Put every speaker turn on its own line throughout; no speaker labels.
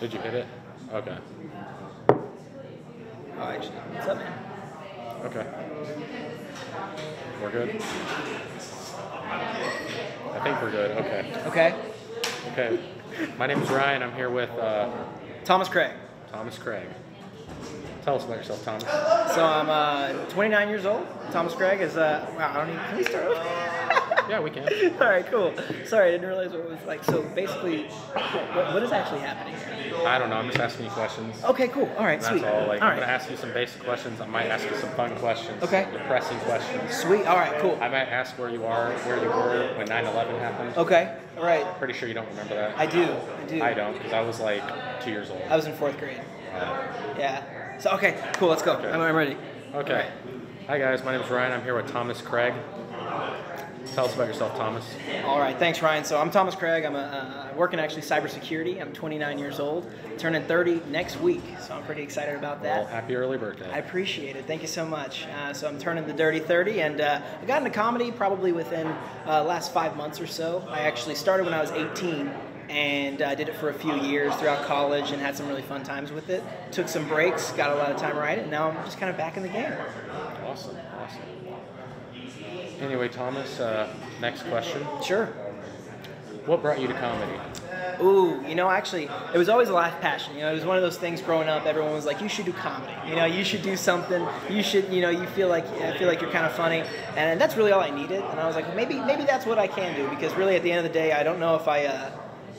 Did you hit it? Okay.
Oh, actually, what's up, man?
Okay. We're good? I think we're good. Okay.
Okay.
Okay. My name's Ryan. I'm here with uh,
Thomas Craig.
Thomas Craig. Tell us about yourself, Thomas.
So I'm uh, 29 years old. Thomas Craig is. Uh, wow, I don't even. Can we start over?
Yeah, we can.
All right, cool. Sorry, I didn't realize what it was like. So basically, what, what is actually happening here?
I don't know. I'm just asking you questions.
Okay, cool. All right,
That's
Oh, sweet.
all. Like,
all
I'm gonna
right,
ask you some basic questions. I might ask you some fun questions.
Okay.
some Depressing questions.
sweet. All right, cool.
I might ask where you are, where you were when 9/11 happened.
Okay, all right.
Pretty sure you don't remember that.
I do. I do.
I don't, because I was like two years old.
I was in fourth grade. Yeah. So okay, cool. Let's go.
Okay.
I'm, I'm ready.
Okay. Hi guys, my name is Ryan. I'm here with Thomas Craig. Tell us about yourself, Thomas.
All right, thanks, Ryan. So I'm Thomas Craig. I'm a, uh, I work in actually cybersecurity. I'm 29 years old, turning 30 next week, so I'm pretty excited about
Well,
that.
happy early
I
birthday.
appreciate it. Thank you so much. Uh, so I'm turning the dirty 30, and uh, I got into comedy probably within uh, last five months or so. I actually started when I was 18, and I did it for a few years throughout college, and had some really fun times with it. Took some breaks, got a lot of time right, and now I'm just kind of back in the game.
Awesome, awesome. Anyway, Thomas, uh, next question.
Sure.
What brought you to comedy?
Ooh, you know, actually, it was always a life passion. You know, it was one of those things growing up. Everyone was like, "You should do comedy. You know, you should do something. You should, you know, you feel like I feel like you're kind of funny." And that's really all I needed. And I was like, maybe, maybe that's what I can do because really, at the end of the day, I don't know if I. Uh,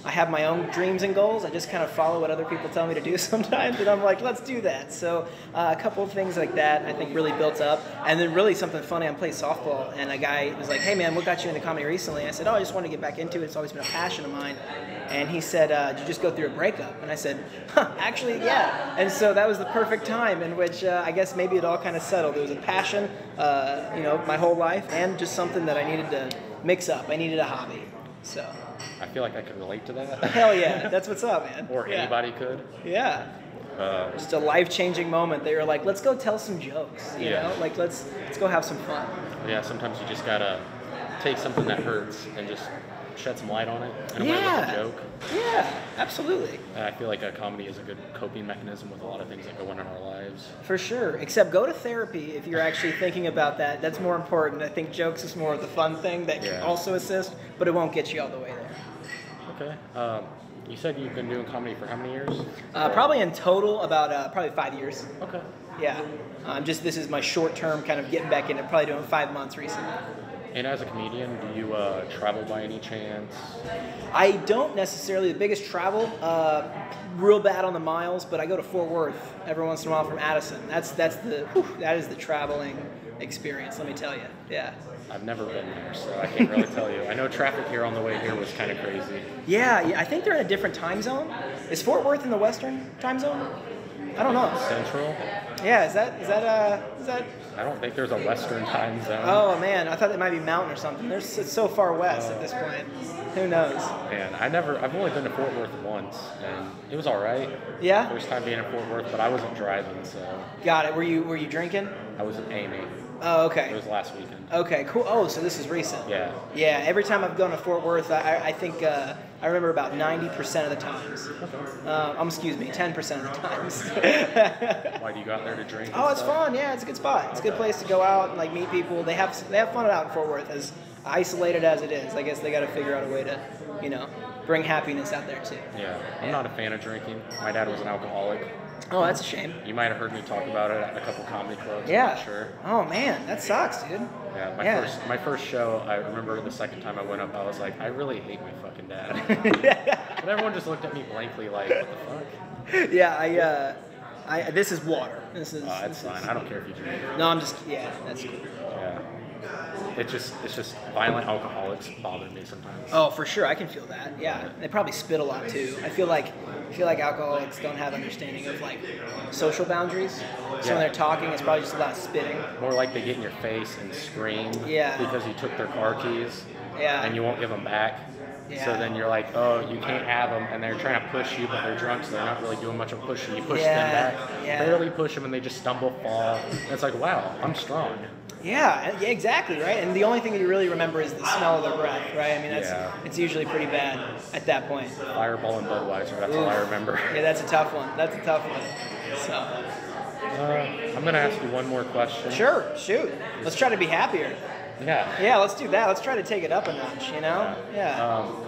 I have my own dreams and goals. I just kind of follow what other people tell me to do sometimes, and I'm like, let's do that. So, uh, a couple of things like that I think really built up. And then, really, something funny I played softball, and a guy was like, hey man, what got you into comedy recently? I said, oh, I just want to get back into it. It's always been a passion of mine. And he said, uh, did you just go through a breakup? And I said, huh, actually, yeah. And so that was the perfect time in which uh, I guess maybe it all kind of settled. It was a passion, uh, you know, my whole life, and just something that I needed to mix up. I needed a hobby. So,
I feel like I could relate to that.
hell yeah, that's what's up, man.
or
Yeah.
anybody could.
Yeah.
Uh,
Just a life-changing moment that you're like, let's go tell some jokes, you
Yeah.
know? Like, let's let's go have some fun.
yeah, sometimes you just gotta take something that hurts and just shed some light on it in a way with
yeah.
a joke.
Yeah, absolutely.
And I feel like uh, comedy is a good coping mechanism with a lot of things that go on in our lives.
For sure. Except go to therapy if you're actually thinking about that. That's more important. I think jokes is more of the fun thing that can
Yeah.
also assist, but it won't get you all the way there.
Okay. Um, you said you've been doing comedy for how many years?
Uh, probably in total about uh, probably five years.
Okay.
Yeah. Um, just this is my short-term kind of getting back into probably doing five months recently.
And as a comedian, do you uh, travel by any chance?
I don't necessarily. The biggest travel, uh, real bad on the miles, but I go to Fort Worth every once in a while from Addison. That's that's the whew, that is the traveling experience. Let me tell you. Yeah.
I've never been there, so I can't really tell you. I know traffic here on the way here was kind of crazy.
Yeah, yeah. I think they're in a different time zone. Is Fort Worth in the Western time zone? I don't know.
Central?
Yeah. Is that is that uh is that?
I don't think there's a Western time zone.
Oh man, I thought it might be Mountain or something. There's it's so far west at this point. Who knows?
Man, I never. I've only been to Fort Worth once, and it was all right.
Yeah.
First time being in Fort Worth, but I wasn't driving, so
Got it. Were you were you drinking?
I was in Amy.
Oh
It
okay.
was last weekend.
Okay. Cool. Oh, so this is recent.
Yeah.
Yeah, every time I've gone to Fort Worth, I, I- I think uh, I remember about 90% of the times. Uh, um, excuse me, 10% of the times.
Why do you go out there to drink? and
oh, it's
stuff?
fun. Yeah, it's a good spot. It's a good place to go out and like meet people. They have they have fun out in Fort Worth, as isolated as it is. I guess they got to figure out a way to, you know, bring happiness out there too.
Yeah. I'm not a fan of drinking. My dad was an alcoholic.
Oh, that's a shame.
You might have heard me talk about it at a couple comedy clubs. I'm
Yeah.
not sure.
Oh man, that sucks, dude.
Yeah, my
Yeah.
first my first show. I remember the second time I went up, I was like, I really hate my fucking dad. and everyone just looked at me blankly, like, what the fuck?
yeah, I. Uh, I, this is water. This is.
Uh, it's
this is-
fine. I don't care if you drink.
no, I'm just. Yeah, that's cool.
Yeah. It just it's just violent alcoholics bother me sometimes.
Oh, for sure, I can feel that. Yeah, they probably spit a lot too. I feel like I feel like alcoholics don't have understanding of like social boundaries. So
Yeah.
when they're talking, it's probably just a lot of spitting.
More like they get in your face and scream
Yeah.
because you took their car keys
Yeah.
and you won't give them back. So
Yeah.
then you're like, oh, you can't have them, and they're trying to push you, but they're drunk, so they're not really doing much of pushing. You push
Yeah,
them back,
yeah.
barely push them, and they just stumble, fall. And it's like, wow, I'm strong.
Yeah, yeah, exactly, right? And the only thing that you really remember is the smell of their breath, right? I mean, that's
Yeah.
it's usually pretty bad at that point.
Fireball and Budweiser, that's all I
Oof.
remember.
Yeah, that's a tough one. That's a tough one. So,
Uh, I'm gonna ask you one more question.
sure, shoot. Let's try to be happier.
Yeah.
Yeah, let's do that. Let's try to take it up a notch, you know? Yeah.
Um,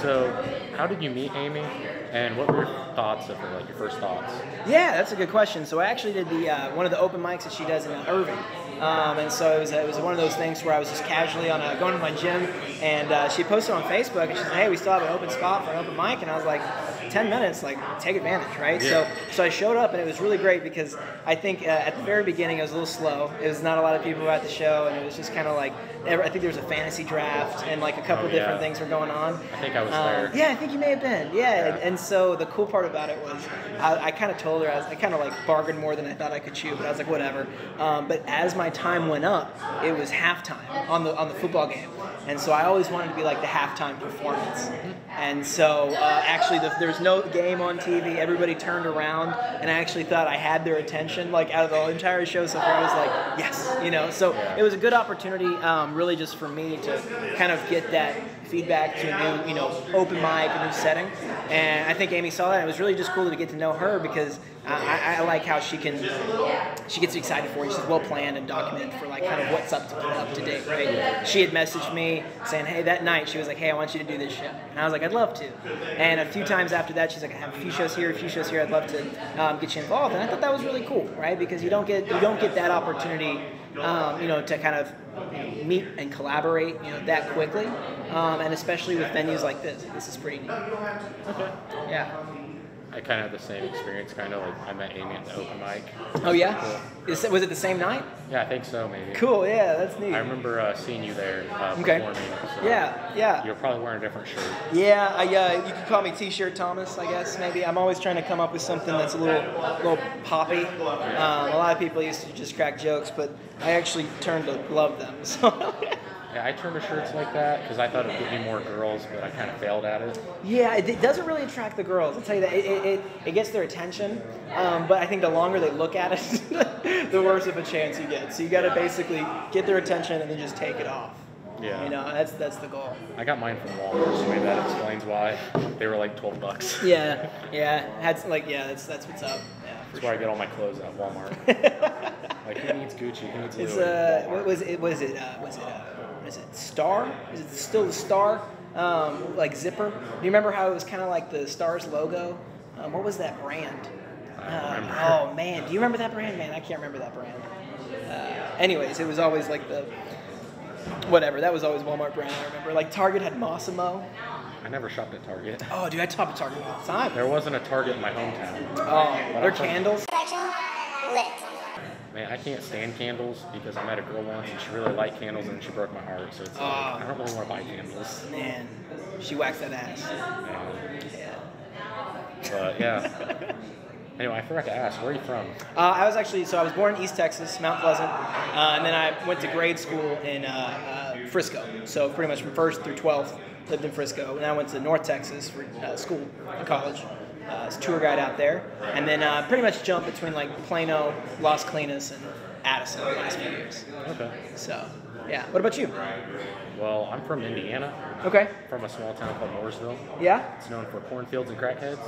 so, how did you meet Amy, and what were your thoughts of her, like your first thoughts?
Yeah, that's a good question. So I actually did the uh, one of the open mics that she does in uh, Irving, um, and so it was it was one of those things where I was just casually on a, going to my gym, and uh, she posted on Facebook, and she said, "Hey, we still have an open spot for an open mic," and I was like, 10 minutes, like take advantage, right?"
Yeah.
So so I showed up, and it was really great because I think uh, at the very beginning it was a little slow. It was not a lot of people at the show, and it was just kind of like ever- I think there was a fantasy draft and like a couple
Oh, yeah.
different things were going on.
I think I was
Um,
there.
Yeah, I think you may have been. Yeah, And, and so the cool part about it was I, I kind of told her I, was, I kind of like bargained more than I thought I could chew, but I was like whatever. Um, but as my time went up, it was halftime on the on the football game, and so I always wanted to be like the halftime performance. And so uh, actually, the, there was no game on TV. Everybody turned around, and I actually thought I had their attention like out of the entire show. So far, I was like yes, you know. So it was a good opportunity, um, really, just for me to kind of get that feedback to a new, you know, open mic, a new setting. And I think Amy saw that. It was really just cool to get to know her because I, I, I like how she can, she gets excited for it. She's well planned and documented for like kind of what's up to up to date, right? She had messaged me saying, hey, that night she was like, hey, I want you to do this show, and I was like, I'd love to. And a few times after that, she's like, I have a few shows here, a few shows here. I'd love to um, get you involved. And I thought that was really cool, right? Because you don't get you don't get that opportunity, um, you know, to kind of you know, meet and collaborate, you know, that quickly, um, and especially with venues like this. This is pretty neat. Yeah.
I kind of had the same experience, kind of like I met Amy at the open mic.
Oh yeah. Is it- was it the same night?
Yeah, I think so, maybe.
Cool. Yeah, that's neat.
I remember uh, seeing you there uh,
Okay.
performing. So
Yeah. Yeah.
You're probably wearing a different shirt.
Yeah. I, uh, you could call me T-shirt Thomas, I guess. Maybe I'm always trying to come up with something that's a little, little poppy. Um, a lot of people used to just crack jokes, but I actually turned to love them. So.
Yeah, I turned to shirts like that because I thought it would get me more girls, but I kind of failed at it.
Yeah, it, it doesn't really attract the girls. I'll tell you that. It, it, it, it gets their attention, um, but I think the longer they look at it, the worse of a chance you get. So you got to basically get their attention and then just take it off.
Yeah.
You know, that's that's the goal.
I got mine from Walmart, so maybe that explains why they were like 12 bucks.
Yeah, yeah. That's like yeah, that's that's what's up. Yeah.
That's where I get all my clothes at Walmart. like who needs Gucci? Who needs Louis?
It's uh, what
Walmart.
was it? Was it uh, was it uh, what is it Star? Is it still the Star? Um, like zipper? Do you remember how it was kind of like the Star's logo? Um, what was that brand?
I don't
Um,
remember.
oh man, do you remember that brand? Man, I can't remember that brand. Uh, anyways, it was always like the whatever. That was always Walmart brand. I remember. Like Target had Massimo.
I never shopped at Target.
Oh, dude, I top at Target all the time.
There wasn't a Target in my hometown.
Oh, their candles.
section lit.
Man, I can't stand candles because I met a girl once and she really liked candles and she broke my heart. So it's like,
Ah.
I don't really want to buy candles.
Man, she waxed that ass.
Um,
Yeah.
but yeah. anyway, I forgot to ask, where are you from?
Uh, I was actually so I was born in East Texas, Mount Pleasant, uh, and then I went to grade school in uh, uh, Frisco. So pretty much from first through twelfth lived in Frisco, and then I went to North Texas for uh, school, and college. Uh, as a tour guide out there, and then uh, pretty much jumped between like Plano, Las Colinas, and Addison the last few years.
Okay.
So yeah. What about you?
Well, I'm from Indiana,
Okay.
from a small town called Mooresville.
Yeah.
It's known for cornfields and crackheads.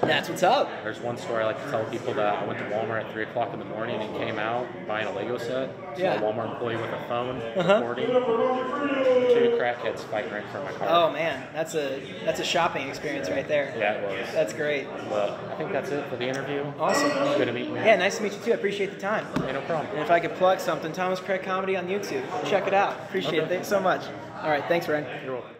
That's what's up.
There's one story I like to tell people that I went to Walmart at 3 o'clock in the morning and came out buying a Lego set. Saw
Yeah.
a Walmart employee with a phone
Uh-huh.
recording. Two crackheads fighting right in front of my car.
Oh man, that's a that's a shopping experience right there.
Yeah, it was.
That's great.
But I think that's it for the interview.
Awesome.
It's good to meet you.
Yeah, nice to meet you too. I appreciate the time.
Hey, no problem.
And if I could plug something, Thomas Craig Comedy on YouTube. Check it out. Appreciate it.
Okay.
Thanks so much. All right. Thanks, Ren.
You're welcome.